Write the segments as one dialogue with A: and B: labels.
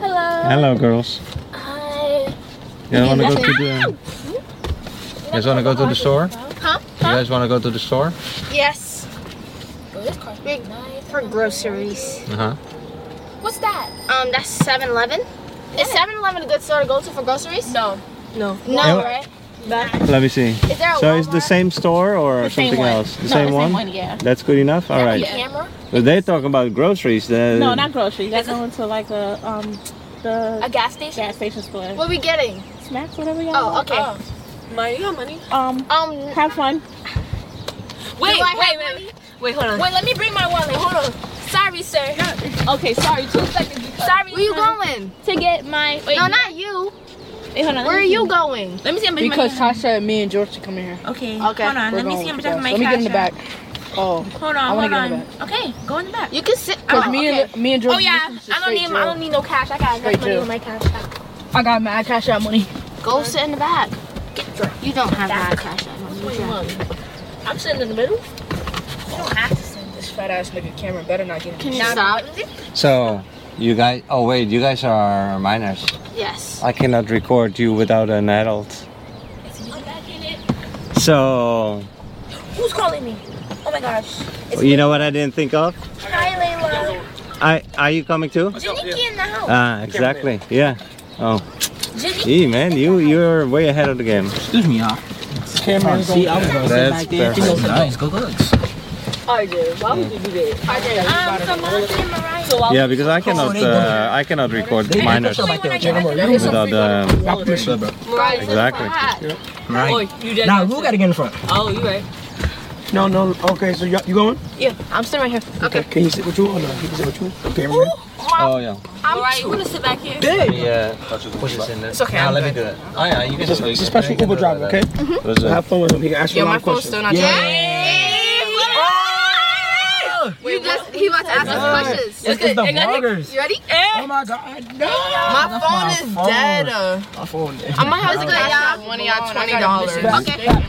A: Hello.
B: Hello, girls.
A: Hi.
B: You guys want to go to the? You guys want to go to the store?
C: Huh?
B: You guys want to go to the store?
C: Yes.
A: Oh, this car's
C: Big
A: big. Nice.
C: For groceries.
B: Uh huh.
A: What's that?
C: Um, that's 7-Eleven. Is 7-Eleven a good store to go to for groceries?
A: No.
C: No. No,
B: Yeah.
C: right? But
B: Let me see.
C: is there a
B: So it's the
C: Walmart?
B: same store or something else? The same one.
D: yeah.
B: That's good enough. All right.
A: Camera?
B: But they talk about groceries. The,
D: No, not groceries. That's going to like a um the
A: A gas station?
D: gas station store.
C: What are we getting?
D: Snacks, whatever y'all.
C: Oh,
D: want.
C: okay.
A: Oh. Money? You got money?
D: Um,
C: Um,
D: have fun.
A: Wait,
C: Do I have
A: wait, wait, wait. Wait, hold on. Wait, let me bring my wallet. Hold on. Sorry, sir.
D: Okay, sorry. Two seconds.
A: Sorry.
C: where you
A: sir.
C: going?
D: To get my wait.
C: No, not you.
D: wait, hold on.
C: Where are you going?
E: Let me see how much
F: Because
E: money.
F: Tasha and me and George should come in here.
E: Okay.
C: Okay.
E: Hold on.
F: We're
E: Let me
F: going
E: see how much
F: with
E: I
F: us.
E: have my
F: Let me get in the
E: cash
F: back. Oh,
E: out. Hold on.
F: I wanna
E: Hold
F: get in the
E: on. Okay. Go in the back.
C: You can sit.
F: because
C: Oh,
F: me
C: okay.
F: and me and George.
A: Oh yeah,
F: listen to
A: I don't
F: straight
A: need I don't
F: George.
A: need no cash. I got
F: Straight
A: enough money
F: Joe.
A: with my cash. App.
F: I got my cash out money.
C: Go sit in the back.
A: Get drunk.
C: You don't have my cash out. money.
A: What do you want? I'm sitting in the middle.
F: This fat ass nigga Cameron better not get in.
C: Can you stop?
B: So you guys. Oh wait, you guys are minors.
C: Yes.
B: I cannot record you without an adult.
A: I'm back in it.
B: So
A: Who's calling me? Oh my gosh.
B: you know what I didn't think of?
A: Hi, Layla.
B: I are you coming too?
A: Janiki in the house.
B: Ah, exactly. Yeah. Oh,
A: Janiki.
B: gee, man, you you're way ahead of the game.
G: Excuse me, y'all.
B: Cameron,
G: See, I was gonna sit
B: That's
G: back there. and
B: perfect.
G: She nice. Good looks.
A: Um, so mom and Mariah.
B: Yeah, because I cannot uh, I cannot record minors
G: Shut back there, okay? I'm already-
B: without um,
G: Y'all push up, bro.
B: exactly.
G: Right. Now, Lou gotta get in front.
D: Oh, you right.
H: No, no. Okay, so you, you going?
C: Yeah, I'm sitting right here. Okay.
H: Can you sit with you? Oh no, you can sit with you. Okay, remember?
B: Oh yeah.
A: I'm right, you wanna sit back here?
B: Yeah. Push this in there. It's okay. Now let me do it. Oh yeah, you can.
H: It's a, it's a special Uber driver, okay? So have fun with him. He can ask you a lot of questions.
F: charging.
C: You just he about to ask us questions.
G: It's, it's the vloggers.
C: You ready?
G: Oh my god. No. My phone Oh is dead. My phone. is-
C: I might have to go y'all.
E: One of y'all uh, twenty dollars.
C: Okay.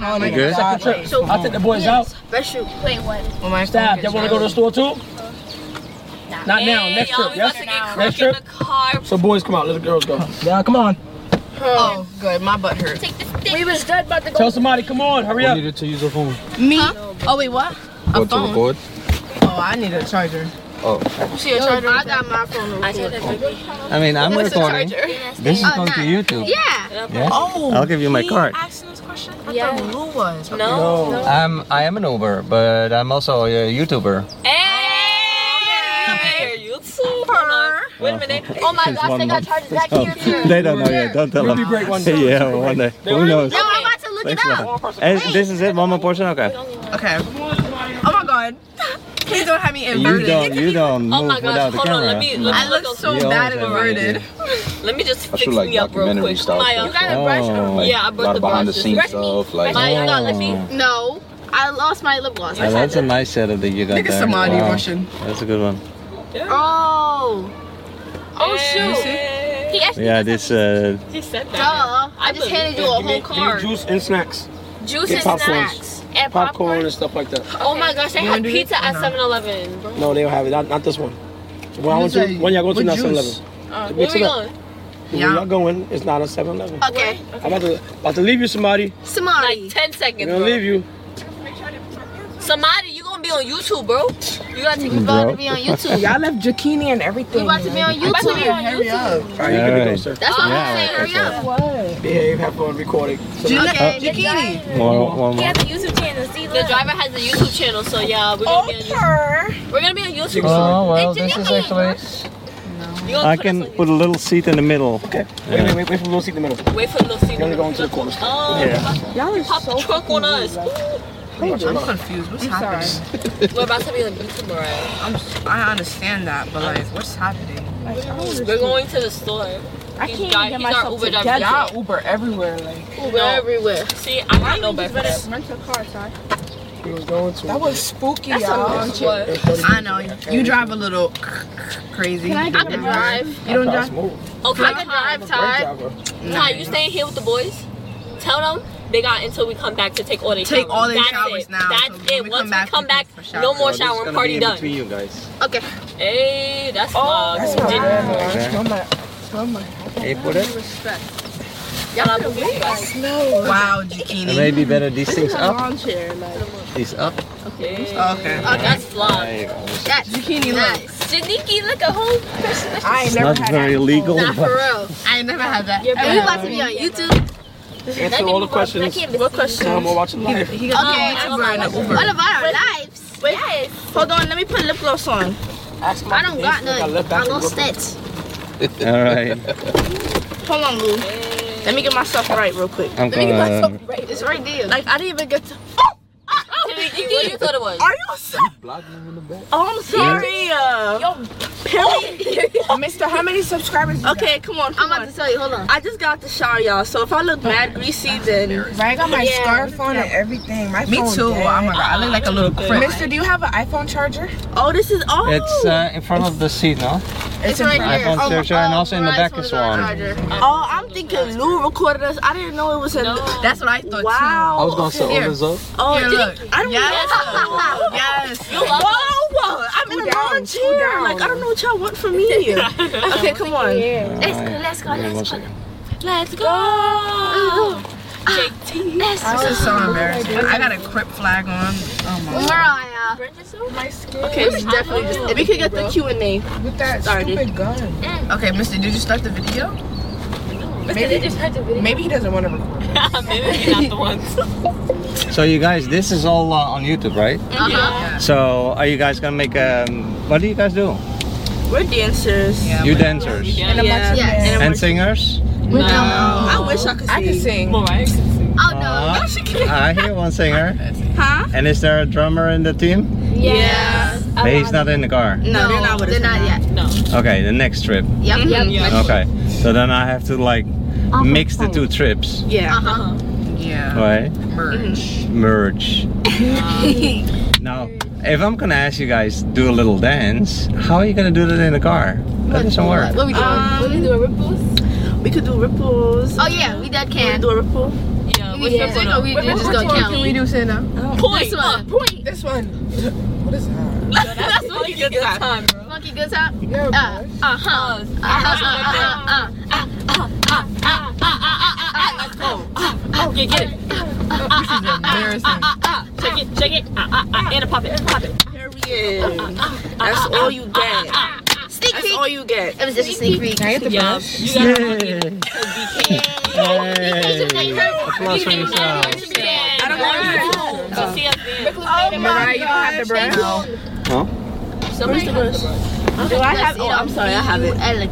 G: My
B: good?
G: God.
A: Oh.
G: I'll take the boys out.
C: Let's shoot. Wait, what?
G: Stab, y'all wanna go to the store too? Not now. Next
A: y'all,
G: trip.
A: we about to
G: Yes.
A: get
G: Next
A: crunk in
G: trip.
A: the car.
H: So boys come out, let the girls go.
G: Yeah, come on.
E: Oh, good. My butt hurts.
A: Take this thing.
G: Tell somebody, come on, hurry up.
B: to use a phone.
E: Me? Oh wait, what?
B: Go to record.
E: Oh, I need a charger.
B: Oh.
E: She a charger.
C: I got my phone.
B: I mean, I'm recording. This is going to YouTube.
C: Yeah.
E: Oh.
B: I'll give you my
E: he
B: card.
E: Asking this question? I
C: Yeah.
E: thought Lou was.
H: No.
B: I'm I am an Uber, but I'm also a YouTuber.
A: Hey, you too. Hold on. Wait a minute.
C: Oh my gosh, they got charges back here too.
B: They don't know yet. Don't tell
H: It'll
B: them.
H: be great one day.
B: Yeah, one day. Who knows?
C: No, I'm about to look
B: Thanks
C: it
B: a
C: up.
B: lot. And this is it. One more portion. Okay.
E: Okay. Oh my god. Please don't have me
B: You
E: inverted.
B: don't. You don't
A: Oh
B: move
A: my
B: without
A: gosh,
B: the
A: hold on,
B: camera.
A: let me, let
E: I
A: me look,
E: look
A: up-
E: so
B: You always
E: bad and
B: have an idea.
E: inverted.
A: let me just fix me up real quick. Maya,
B: Oh,
A: yeah, I brought the behind the scenes stuff, like Maya, you got let me.
C: No, I lost my lip gloss.
B: Yeah, that's a nice setup that you got
E: Nigga
B: there.
E: Samadhi Russian.
B: That's a good one.
C: Oh. Oh shoot.
A: Hey.
C: He actually
B: Yeah, this uh,
A: He said
C: Duh.
A: that.
C: I just handed you a whole card.
H: Juice and snacks.
C: Juice
H: Get
C: and
H: popcorn.
C: snacks. And
H: Popcorn
C: popcorn.
H: and stuff like that.
C: Oh my gosh, they
E: wanna
C: had
E: do this? Oh,
C: pizza at 7 Eleven.
H: No, they don't have it. Not, not this one. When I went to,
E: say-
H: when y'all go to
E: with
H: not
E: juice.
H: 7-Eleven.
A: Uh, Where
H: Mix
A: we
H: it up.
A: going?
H: Where y'all going, it's not a 7-Eleven.
C: Okay.
H: I'm about to, about to leave you, somebody.
C: Somali.
A: Like 10
H: I'm
A: seconds,
H: gonna
A: bro.
H: leave you.
A: Somebody, you gonna be on YouTube, bro. You gotta take
C: We
A: me.
C: about to be on YouTube.
E: Y'all left Jakini and everything.
C: We about to be on YouTube.
E: Hurry up.
H: All right, you
B: All
H: can go,
B: right.
H: sir.
C: That's what
B: Yeah,
C: I'm saying. Hurry
B: okay.
C: up.
H: Behave, have fun, recording. So,
C: Okay.
E: Jakini.
B: one, one
A: He
B: more.
A: has a YouTube channel. See, the driver has a YouTube channel, so yeah, we're gonna be on YouTube. We're gonna be on YouTube.
B: Oh well, this is actually.
A: You gonna
B: I
A: put
B: can
A: us on
B: put a little seat in the middle.
H: okay. Wait, wait, wait, wait for Lil Seat in the middle.
A: YouTube. Wait for Lucy.
H: You're gonna go into the corner.
A: Oh,
H: Yeah.
A: you pop the truck on us.
H: Come on, chill out.
E: confused. What's happening?
A: We're about to be on YouTube, alright?
E: I'm s- I understand that, but like, what's happening?
A: We're going to the store.
D: I
A: He's
D: can't
A: dri-
D: get
A: he's our
D: myself
A: Uber driver.
D: together.
A: Yeah.
E: Y'all Uber everywhere, like.
C: Uber everywhere.
A: See, I got no back for that.
D: Rent a car, sorry.
H: We was going to.
E: That was spooky, y'all.
A: What?
E: I know. You drive a little crazy.
C: I can drive.
E: you don't drive.
H: Smooth.
A: Okay,
C: I can drive, Ty.
H: Great driver.
A: Ty, you staying here with the boys? Tell them
D: They got until we come back to take all their
I: Take
D: showers.
I: all their
D: That's
I: showers
D: it.
I: now,
D: That's
I: so when
D: it.
I: we
D: Once
I: come back,
D: we come
I: we
D: back,
I: can shower.
D: no
H: So
D: more
H: this is
D: shower
H: gonna
D: party
H: be in
D: done.
H: Between you guys.
C: Okay.
D: Hey, that's oh,
E: That's
D: Did,
E: horrible.
H: Okay.
E: Smell my- smell my-
H: Hey, put it.
I: Wow,
H: And
I: zucchini.
H: maybe better these things up. These up.
D: okay.
I: Okay.
D: Oh, that's
H: There
D: vlog.
H: you go. It's
C: That's
I: Zucchini look.
C: nice.
D: Janiki, look a whole person.
E: I ain't never
H: not
E: had
H: very
E: that.
H: legal,
C: Not for
H: but
C: real.
I: I ain't never had that.
C: And we about to be on YouTube.
H: answer all the
C: I
H: questions.
C: can't be What
H: So I'm gonna watch it live.
I: He got
D: Okay,
I: okay, Uber and Uber.
C: What about our lives? Yes.
I: Hold on, let me put lip gloss on.
E: Ask him
C: I
E: about
C: don't
E: the
C: got
E: things that
C: none.
E: left
C: I
E: back in
C: lost
E: Brooklyn.
C: that.
H: All right.
I: Hold on, Lou. Let me get myself right real quick.
H: I'm gonna.
C: It's right there.
I: Like I didn't even get to.
D: Janiki, what you thought it was?
I: Are you sick? Oh, I'm sorry. Uh,
E: Mister, how many subscribers? you
I: okay, come on,
C: I'm
I: come
C: about
I: on.
C: to tell you. Hold on.
I: I just got out the shower, y'all. So if I look mad
B: Oh,
I: greasy, then
E: got? Right, I got my
C: Yeah.
E: scarf on and everything. My
I: me
E: phone
I: too.
E: dead.
I: Oh my god, I look like a little crip.
E: Mister, do you have an iPhone charger?
I: Oh, this is oh.
B: It's uh, in front of the seat, no?
C: It's right here.
B: iPhone charger and also in the back is one.
I: oh, I'm thinking Lou recorded us. I didn't know it was a.
D: That's
I: what I thought wow.
H: say all this up.
I: Oh,
E: Here,
I: look. I don't
D: Yes.
I: know. yes.
D: You love
I: Whoa, whoa. I'm in a lawn chair. Like I don't know what y'all want from me. okay, come on.
C: Let's go, let's go,
H: Wait, one
C: let's go.
H: second.
D: Let's go. JT.
C: Let's
E: This
C: go.
E: is so embarrassing. Oh, I got a crip flag on. Oh my god.
C: Mariah.
I: Okay, we should definitely just, we could get the Q and A.
E: With that
I: Started.
E: stupid gun.
I: Okay, Mister, did you start the video?
E: Maybe he doesn't want to record.
D: Maybe not the ones.
B: So you guys, this is all uh, on YouTube, right?
I: Uh-huh.
D: Yeah.
B: So are you guys gonna make um, what do you guys do?
I: We're dancers.
E: Yeah.
B: You dancers
D: Yeah.
I: Yeah.
C: Yes.
I: And Oh,
B: and singers?
D: No.
I: I wish I could.
E: I can sing.
D: Mariah.
C: Oh no.
B: Uh, I hear one singer.
I: Huh?
B: And is there a drummer in the team?
I: Yeah.
B: But he's not in the car.
I: No, they're not with us.
C: They're not yet.
D: No.
I: Mm.
B: Okay, the next trip.
C: Yep,
I: Mm-hmm.
C: yep.
D: Yeah.
B: Okay, so then I have to like mix the two trips,
I: Yeah.
C: Uh-huh.
E: Yeah.
B: right?
E: Merge.
B: Merge. Now, if I'm gonna ask you guys do a little dance, how are you gonna do that in the car? That doesn't work.
C: What we doing?
I: Um,
A: do a ripples?
I: we could do ripples.
C: oh yeah, we done
I: Can we
C: can.
I: do a ripple?
D: Yeah.
C: We
D: What's
C: can
D: yeah.
C: sing or we we just gonna count.
E: do, Santa?
D: Point.
C: This one.
D: Point.
E: This one. What is that?
D: That's what you get that time, bro.
C: Monkey good time.
E: Yeah,
C: Uh,
E: boy.
C: uh-huh.
D: Uh,
C: Uh-huh. Uh-huh.
D: Let's go. Yeah, get it.
E: This is
D: Ah,
E: embarrassing.
D: Check it. Check it. Ah, ah, ah. And a pop it. Pop it. Ah,
I: Period. That's all you get.
C: uh-uh. Sneak
I: That's
C: peek.
I: all you get.
C: It was just a sneak peek.
E: Can I get the
D: Yeah.
E: brush?
D: You gotta
B: Yay! Applause for yourself.
D: I don't want to. So see us then.
E: Mariah, you don't have the brush?
B: Huh?
D: Somebody has the
I: Do I have? Oh, I'm sorry, I have it.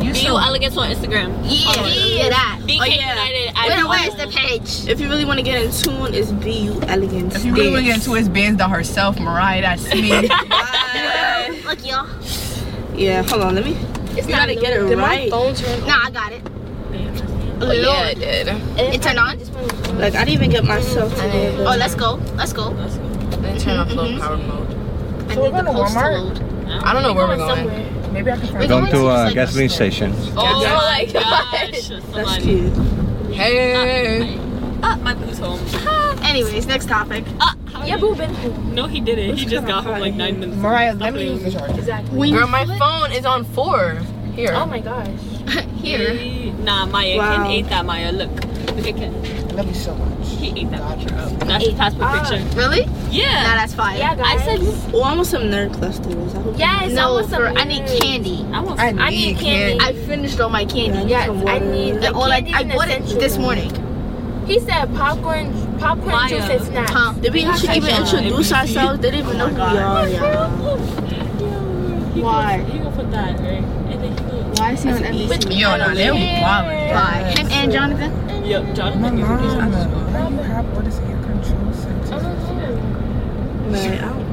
D: BU Elegance on Instagram.
C: Yeah, yeah, that.
I: Oh,
D: BK United.
C: Where,
D: I
C: where's the page?
I: If you really want to get in tune, it's BU Elegance.
E: If you really want to get into his bands down herself, Mariah, that's me.
C: Look, y'all.
I: Uh, Yeah, hold on, let me.
C: It's
I: You gotta get it right.
C: Nah, I got it.
E: yeah, it did.
C: Oh, It turned on.
I: Like I didn't even get myself today.
C: Oh, let's go. Let's go.
E: Then turn off low power
I: mm-hmm.
E: mode.
C: I
E: So
C: need
E: we're
C: the
E: going to
C: post to
E: Walmart?
C: load.
E: I don't know where we're going. Maybe I can
C: We're
E: find
B: Going
C: going
B: to uh,
C: just,
B: a
C: like,
B: gasoline station.
D: Oh my gosh.
I: That's
D: Somebody.
I: cute.
E: Hey!
D: Ah, my boo's home.
C: Anyways, next topic.
D: Yeah, boo been home. No, he didn't. He just got home like nine minutes. ago.
E: Mariah, let me use the charger.
C: Girl, my
E: phone is on four. Here.
A: Oh my gosh.
C: Here.
D: Nah, Maya, Ken
I: Wow.
D: ate that, Maya. Look. Look at Ken.
E: I love you so much.
D: He ate that picture up. That's his passport picture.
C: Really? Nah,
D: Yeah.
C: that's fine.
A: Yeah, guys.
D: I said,
I: Oh, I want some nerd clusters. I hope.
A: yes. I
C: No,
A: want some
C: for I need
A: lyrics.
C: candy.
D: I want
E: I
D: some.
E: need,
A: I need candy.
C: I finished all my candy.
A: Yes,
I: Some
A: I
I: water.
A: need.
C: And all I,
A: candy
C: I
A: and
C: bought it
A: essential
C: this
A: oil.
C: morning.
A: He said popcorn, popcorn
D: Maya.
A: juice and snacks.
C: Huh?
I: Did we actually even introduce ourselves? They didn't even know who we are. y'all.
D: Why? You gonna put that, right? And then he goes,
C: Why is he on NBC?
E: Yo, no, they were wild.
C: Why? Him and Jonathan?
D: Yep, Jonathan.
E: Mom,
D: is-
E: I know. You have what is air control center?
I: Man, I don't,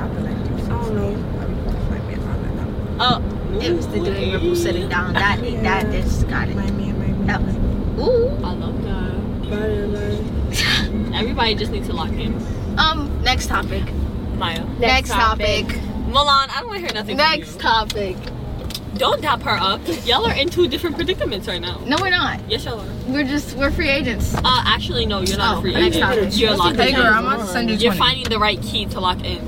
E: I'll be like,
I: I don't know.
E: this.
D: Oh,
C: It was the doing ripple sitting down. That that just got it. That was ooh.
D: I love that.
I: Bye, bye.
D: Everybody just needs to lock in.
C: Um, next topic.
D: Maya.
C: Next, topic.
D: Milan, I don't want to hear nothing. from
C: Next topic.
D: you. Don't dap her up. Y'all are in two different predicaments right now.
C: No, we're not.
D: Yes, y'all are.
C: We're just we're free agents.
D: Uh, actually, no, you're not
C: Oh,
D: a free
C: next time.
D: agent. You're locked
C: Hey,
D: in.
C: girl, I'm about to send you
D: You're
C: 20.
D: finding the right key to lock in.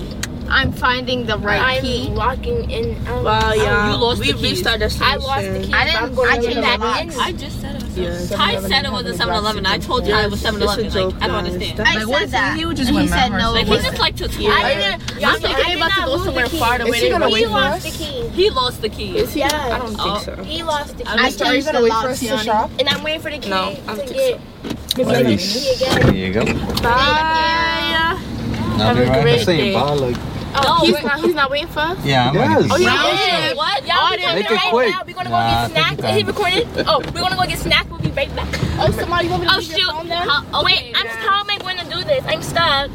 C: I'm finding the right
J: I'm
C: key.
J: locking in. Um,
A: Well, yeah.
D: you lost
A: we,
D: the
A: We
D: keys.
A: started
J: I lost the key.
C: I
J: but I'm
C: didn't-
J: going
C: I
J: in
C: didn't
J: the
C: back
J: box.
C: in.
D: I just said it was.
A: Yeah,
D: Ty said it was a 7-Eleven. I told Ty it was 7-Eleven.
A: It's a joke,
D: Like, I don't
A: guys.
D: understand.
C: I
A: That's-
C: Like, said what if that. you just and went he said memorize no. it?
D: Like, he just like took two.
J: I didn't.
C: I'm thinking about to
J: not
C: go
J: lose
C: somewhere
J: the key.
C: far away.
E: Is he gonna
J: He
E: wait for
J: lost the
E: us?
J: key.
D: He lost the key.
J: Yeah.
A: I don't think
D: Oh.
A: so.
J: He lost the key.
D: I'm
E: Are you
C: changed
E: gonna
C: the
E: wait
C: lock,
E: for us to
C: Siani.
E: shop?
J: and I'm waiting for the key
A: No, I
J: to
A: don't think
J: get
B: Ladies. There you go.
C: Ah,
J: Bye.
B: I'll be
A: a
B: right
A: great
B: back.
A: day.
H: Bye, like,
J: Oh,
D: No,
J: he's
D: we're-
J: not. He's not waiting for us.
B: Oh, Yeah, I'm gonna
H: Yes.
B: get-
J: yeah.
D: Yo,
J: Y'all
D: what? Y'all
J: be
D: be
J: coming
H: Make it
J: right
H: quick.
J: now. We're gonna go
B: Nah,
J: get
B: take your
J: snacks. Is he
B: time.
J: recorded? Oh, we're gonna go get snacks. We'll be right back. Oh, somebody, you want me
D: Oh shoot! How, okay,
J: Wait, I'm. How am I going to do this? I'm stuck.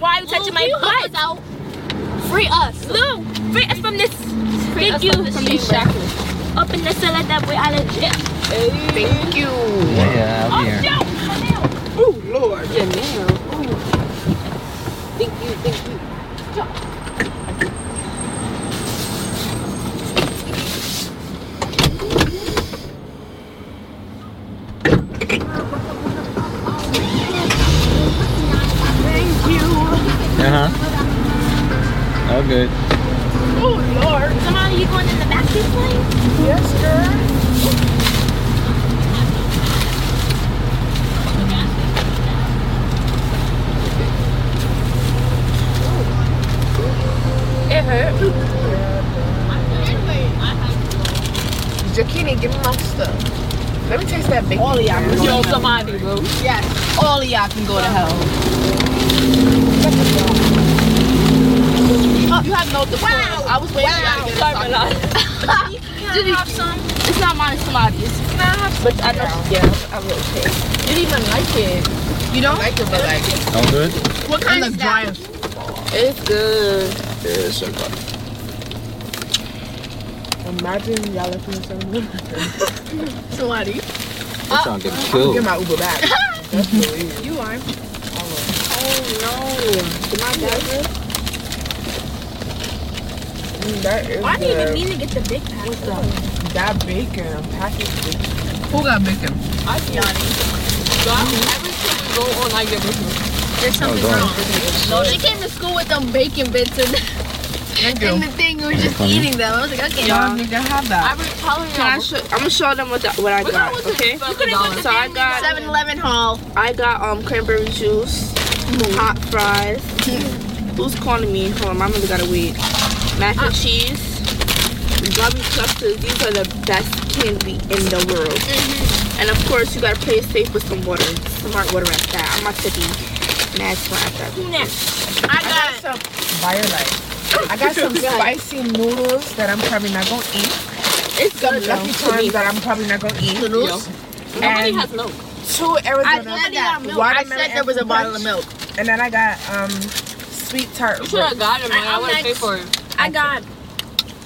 J: Why are you touching my
D: Lou, can you help
J: butt? Free us, Lou. Free us from this. Thank you. From these shackles. Up in the cellar that way, I legit. Thank you.
B: Yeah, I'll be here. Uh huh. Oh, good.
J: Somebody, you going in the back this way?
E: Jakini, give me my stuff. Let me taste that bacon. All of y'all can
D: Yo, somebody, bro.
E: Yes, all of y'all can go to hell. you have no decorum. I was waiting for you to get it.
J: Did you have some? It's not mine. It's Somebody's.
E: But I don't, yeah, I will take it.
J: You didn't even like it.
E: You don't? like it, but like,
B: All good?
E: what kind of dry
A: It's good.
H: Yes, everybody.
E: Imagine y'all left me somewhere.
J: Somebody.
B: I'm trying to get
E: Get
B: killed.
E: my Uber back. That's believable.
J: You are.
E: Oh, Mm, That is
J: I didn't even
E: good.
J: mean to get the big pack.
E: That bacon, packaged bacon.
C: Who got bacon?
D: I see y'all. Every time you go online, you're business.
C: There's something
B: God.
C: wrong. No, they came to school with them bacon bits and,
E: Thank
C: and the thing. We were just
B: Funny.
C: eating them. I was like, okay.
E: Y'all nigga have
D: I
E: that.
D: was telling y'all.
A: Can I show, I'm gonna show them what, the, what I
D: We're
A: got.
D: going with
A: okay.
D: the $50.
A: So I got
C: 7-Eleven haul.
A: I got um cranberry juice,
E: Mm-hmm.
A: hot fries. Who's calling me? Hold on, my mother gotta wait. Mac
E: Uh,
A: and cheese, gummy clusters. These are the best candy in the world.
E: Mm-hmm.
A: And of course, you gotta play it safe with some water, smart water at that. I'm not to be mad smart at that.
E: I got some fire light. I got some spicy noodles that I'm probably not gonna eat.
A: It's
E: Some
A: good
E: lucky
A: though, to me.
E: charms that I'm probably not gonna eat.
C: Noodles.
D: Nobody
E: And
D: has milk.
E: two
C: I
E: Arizona.
C: said that.
E: Watermelon
C: I said there was a
E: and
C: bottle
E: fruit
C: of milk.
E: punch. And then I got um sweet tart
D: You should have got it, man. I,
J: I'm
D: would have
J: like-
D: paid for it.
J: I got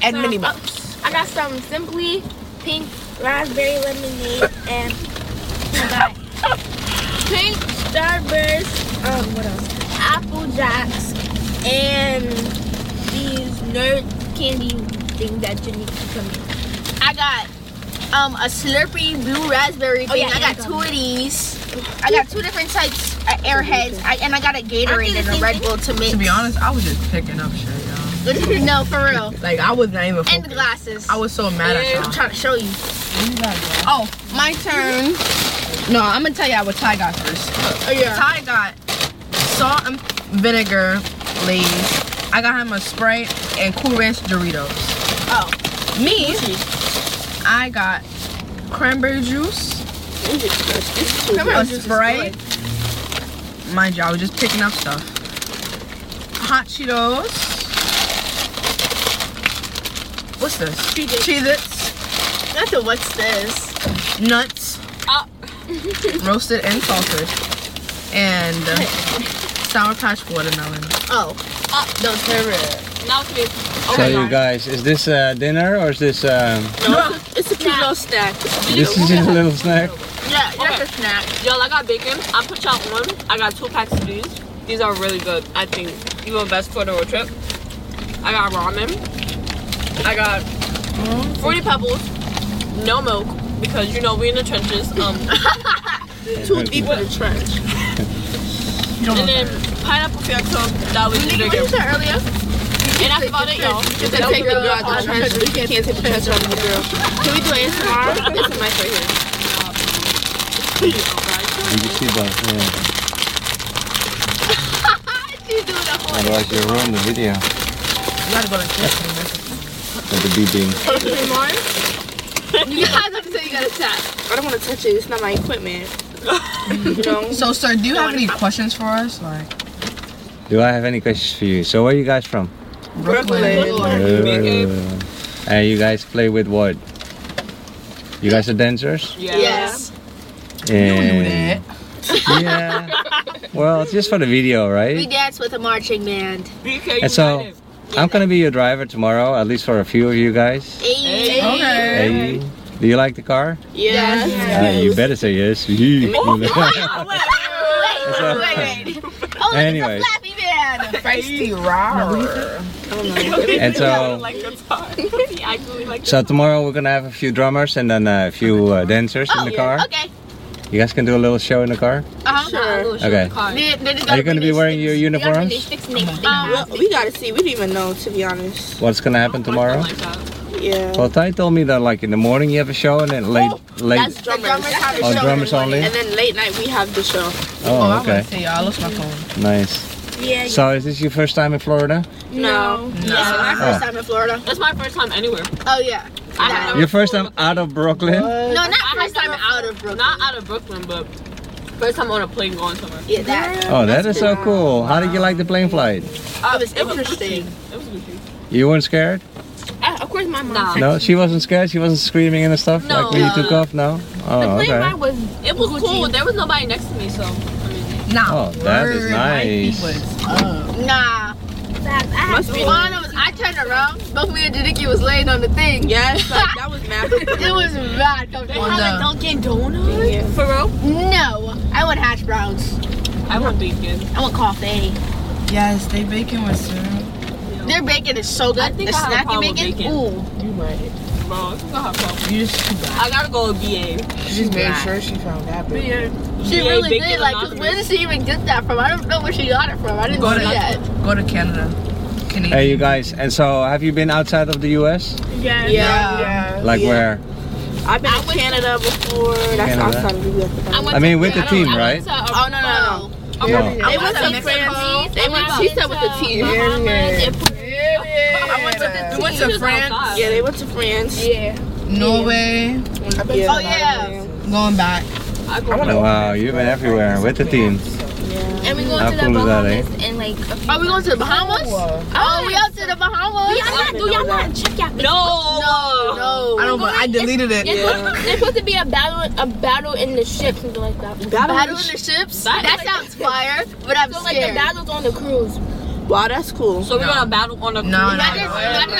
E: and
J: some-
E: mini
J: I got some simply pink raspberry lemonade and I got pink starburst. Um, what else? Apple jacks and these nerd candy things that you need to come in.
C: I got um a Slurpee blue raspberry thing.
J: Oh, yeah,
C: I
J: and
C: got
J: gum.
C: two of these. I got two different types of Airheads, I, and I got a Gatorade and a Red Bull to mix.
E: I was just picking up shit, y'all.
C: no, for real.
E: Like I was not even.
C: And the glasses.
E: was so mad
C: I'm trying to show you. Oh, my turn. No, I'm gonna tell y'all what Ty got first.
J: Oh yeah.
E: Ty got salt and vinegar Lay's. I got him a Sprite and Cool Ranch Doritos. Oh. Me, I got cranberry juice, a Sprite. Mind you, I was just picking up stuff. Hot Cheetos. What's this? Cheez-Its,
C: That's a what's this?
E: nuts,
D: Ah.
E: roasted and salted, and uh, Sour Patch watermelon.
C: Oh,
I: Ah,
E: Those favorite.
D: Now it's me.
B: So, you guys, is this uh, dinner or is this um,
A: It's a cute little stack.
B: this is just a little snack?
C: yeah, that's
D: Okay.
C: a snack.
D: Y'all, I got bacon. I put y'all on. I got two packs of these. These are really good. I think even best for the road trip. I got ramen. I got
C: Mm-hmm.
D: 40 pebbles, no milk, because you know we in the trenches. Um,
I: Too deep in the trench.
D: and then pineapple fiato, that was the drinker.
I: said earlier?
D: And that's about it, y'all.
I: You said take the girl out the trench. We can't take the trench out of the girl. Can we do ASMR? This is nice right here.
B: You can see the. Yeah.
K: You do the whole
B: Otherwise, you ruin the video. With the beeping.
K: You guys have to say you got a tap.
I: I don't want to touch it. It's not my equipment. you know?
E: So, sir, do you have any questions for us? Like,
B: Do I have any questions for you? So, where are you guys from? Uh, and you guys play with what? You guys are dancers?
D: Yes.
B: And yeah. Well, it's just for the video,
C: We
B: right?
C: dance with a marching band.
G: BK
B: And so, I'm gonna be your driver tomorrow, at least for a few of you guys.
C: Hey.
B: Hey, do you like the car?
I: Yes.
B: Uh, you better say yes.
C: Oh, look,
B: Anyways.
C: it's a flappy band.
G: feisty raw.
B: And so, so tomorrow we're gonna have a few drummers and then a few uh, dancers
I: Oh,
B: in the car.
C: Okay.
B: You guys can do a little show in the car.
I: Sure.
B: Okay.
C: They- they just
B: Are
C: gotta
B: you gonna
C: bring
B: be
C: these
B: wearing your
C: sticks- they gotta bring these
B: uniforms?
C: sticks and they- they-
I: Well, we gotta see. We don't even know, to be honest.
B: What's gonna
I: Oh,
B: happen tomorrow?
I: Yeah.
B: Well, Ty told me that like in the morning you have a show and then
I: Oh,
B: late, late,
I: Drummers.
B: oh drummers only.
I: And then late night we have the show.
B: Oh,
E: I
B: okay.
E: want to say, y'all, I lost my phone.
B: Nice.
A: Yeah, yeah.
B: So is this your first time in Florida?
I: Oh, No.
C: Yeah.
B: Oh.
C: I'm in Florida.
D: That's my first time anywhere.
C: Oh yeah.
D: I have never-
B: Your first time out of Brooklyn?
C: No, not
D: I
C: first
D: had
C: time
D: never-
C: out of Brooklyn.
D: Not out of Brooklyn, but first time on a plane going somewhere.
C: Yeah, that.
B: Oh, that is so cool. How did you like the plane flight?
D: Uh,
I: It was interesting.
D: It was goofy.
B: You weren't scared?
C: Eh,
I: of course, my mom.
D: Nah.
B: No, she wasn't scared. She wasn't screaming and stuff
D: No.
B: like when you took off. No. Oh, okay.
D: It was cool. There was nobody next to me, so. I mean,
E: Nah.
B: Oh, that is
E: word, my feet
B: nice.
E: was-
K: Nah.
I: Must be.
K: One of us, I turned around. Both me and Jadiki was laying on the thing.
I: Yes, like, that was mad.
K: It was bad. comfortable.
E: Well, no.
D: For real?
K: No, I want hash browns.
D: I won't be again.
K: I want coffee.
E: Yes, they bacon with syrup.
K: Their bacon is so good.
D: I think
K: the
D: I have a
K: snacky
D: problem with
K: bacon.
D: bacon.
K: Ooh,
G: You right.
D: Bro, it's gonna have fun.
E: You just,
D: I gotta go with BA.
E: she just made sure she found that bacon.
K: she
D: BA
K: really
D: Bacon
K: did. Like, 'cause where did
D: Anonymous.
K: she even get that from? I don't know where she got it from. I didn't
E: Go to, um,
K: see that.
E: go to Canada. Canadian.
B: Hey, you guys. And so, have you been outside of the U.S.?
I: Yeah.
B: Like
I: Yeah.
B: where?
I: I've been to Canada before. That's
B: Canada.
I: outside of the US.
B: I mean, with the team, right?
I: Oh no no
B: No.
E: Oh,
I: no! They went to France. They went. She said with the team.
E: Uh-huh. I went to, we went to France,
I: Yeah, they went to France.
E: Norway,
I: Yeah.
K: Oh yeah,
E: going back.
B: Wow, you've been everywhere with the team.
A: And we go
B: How
A: to the
B: cool is that, eh?
A: Bahamas in like a few
K: are we going to the Bahamas? Oh, we out to the Bahamas.
A: do y'all not check y'all?
D: No!
K: No,
E: I don't. I deleted it.
A: There's, supposed to, there's supposed to be a battle, a battle in the ship, something like that.
K: battle in the ships.
D: That-
K: That sounds fire, but I'm
A: So like the
K: scared.
A: battles on the cruise.
I: Wow, that's cool.
D: So we're gonna battle on a
E: No, no,
K: Imagine- imagine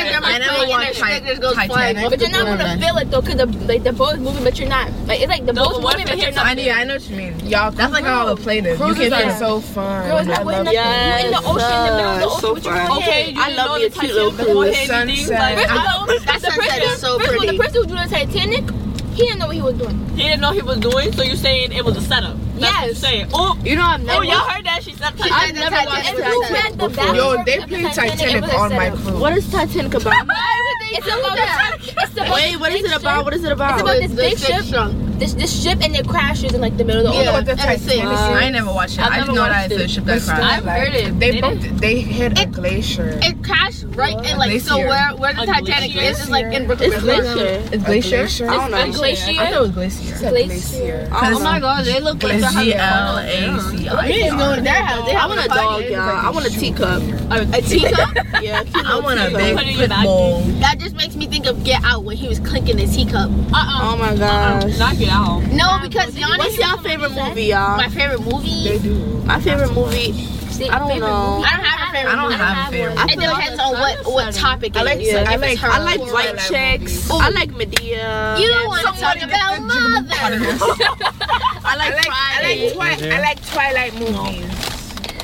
K: if you're
E: I never
K: playing
E: watched
K: and the ship
E: Ti-
K: just goes flying
E: Titanic.
K: off
A: But you're
K: the
A: not
K: boat.
A: gonna feel it though, cause the like the boat is moving, but you're not. Like it's like the
D: No,
A: boat's
D: but what
A: moving,
D: if it
A: but you're
D: hits
A: not.
E: I know. I know what you mean. Y'all, that's like how I would play this. You
A: Cruises
E: can feel
A: are-
E: so fun.
A: Girl, it's not weighing nothing. You in the ocean, in the middle of
I: So
A: the ocean. with your
I: fun.
A: own
D: Okay,
A: hand.
D: you
I: I
D: didn't
I: love
D: know
I: your
D: the
I: cute little
D: Titanic, the
I: cruise.
D: forehead
E: The
D: thing,
E: sunset.
D: like,
A: First of all,
K: That
A: the
K: sunset
A: person-
K: is so
A: first of all,
K: pretty.
A: The person who doing the Titanic, he didn't know what he was doing.
D: He didn't know he was doing, so you're saying it was a setup. That's what you're
K: Yes.
D: saying. Oh,
K: You know I've
D: oh,
K: never.
D: y'all heard that? She said
K: I've
D: Titanic.
K: never watched
A: And
K: the
A: who
K: Titanic.
A: read the back?
E: Yo, they played Titanic on my cruise.
I: What is Titanic about?
K: Why would they
A: It's
K: do
A: about
K: that?
A: the It's about
I: Wait, what is
A: this
I: it about? What is it about?
A: It's about this big ship.
K: shrunk.
A: This this ship and it crashes in like the middle of the
E: You know
A: ocean.
E: what the
K: and it's
E: Titanic
K: serious.
E: is? I ain't Um, never watched it.
D: I've
E: I just
D: never
E: know that
D: watched
E: it's a
D: it.
E: ship that
D: I've
E: crashed.
D: heard it.
E: They
D: They
E: bumped. They hit a
K: It-
E: glacier.
K: It crashed right in like so
E: Glacier.
K: where where the
D: A
K: Titanic
D: glacier?
K: is is like in Brooklyn.
I: It's glacier.
E: It's
I: I don't know.
D: glacier.
E: I thought it was glacier.
A: Glacier.
K: Oh my god, they look like
E: It's
K: they're
E: G
K: having
E: L A C
K: We need to
E: I.
K: go to their house. They
I: I
K: have
I: want a dog, y'all. I want a teacup.
K: a teacup.
I: Yeah, cute
E: I
I: little
E: want a
I: teacup.
E: big
D: Put it in your
E: pit
D: bag.
E: bull.
K: That just makes me think of Get Out when he was clinking his teacup.
I: Oh my gosh.
D: Knock it out.
K: No, because Yanni.
I: What's y'all favorite movie, uh, y'all?
K: My favorite movie.
I: My favorite movie. I don't know.
K: I don't have a favorite.
E: I don't have a favorite.
K: It depends on what what topic it
I: I like
K: is.
I: yeah, I
K: If
I: like
K: it's her
I: I like
K: or-
I: white chicks. I like Medea.
K: You don't want to talk about mother.
I: I like Friday.
E: I like Twilight movies.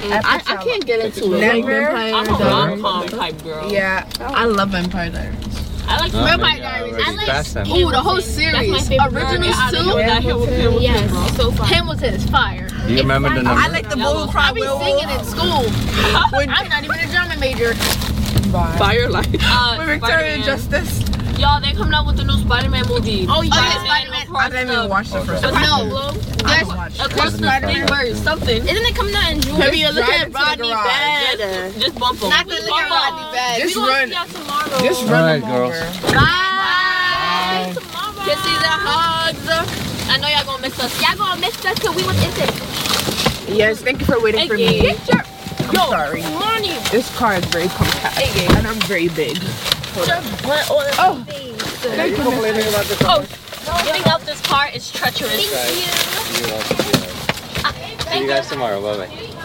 I: Mm, I, I can't get into it.
E: Vampire
D: I'm a rom com type girl.
E: Yeah, I love Vampire Diaries.
D: I like
B: No,
D: the
B: maybe
D: my
B: I
D: diaries.
B: already passed them.
K: Ooh, the whole
D: That's my
K: series.
D: favorite.
K: Originals
D: I don't know
K: too?
D: what I hear with people.
A: Yes.
I: So far.
K: Hamilton is fire.
B: Do you remember the number?
I: I like the bull cry.
K: I be singing in school. I'm not even a drama major.
I: Fire life.
D: Uh,
E: With Victoria
D: Spider-Man.
E: Justice.
D: Y'all, they coming out with the new Spider-Man movie.
K: Oh, yeah,
D: Spider-Man.
E: I didn't even watch the first one.
K: No.
E: I
K: There's,
E: watched.
D: Across
B: Isn't
D: the
B: it
D: universe, something.
K: isn't it coming out in June?
I: Maybe you're looking at
E: Drive it to
I: Rodney
E: the garage.
I: Bad.
D: Just bump them.
K: Not the liquor body bag.
E: Just run.
D: y'all tomorrow.
E: Just
B: All
E: run
B: right,
E: them
B: girls.
E: over.
K: Bye.
D: Kisses and hugs. I know y'all gonna miss us.
K: Y'all gonna miss us till we was infants.
E: Yes, thank you for waiting for me.
D: Get your
E: I'm sorry.
D: money.
E: This car is very compact and I'm very big. Oh, thank you. Miss-
D: Getting out this car is treacherous.
B: See you guys tomorrow. Bye bye.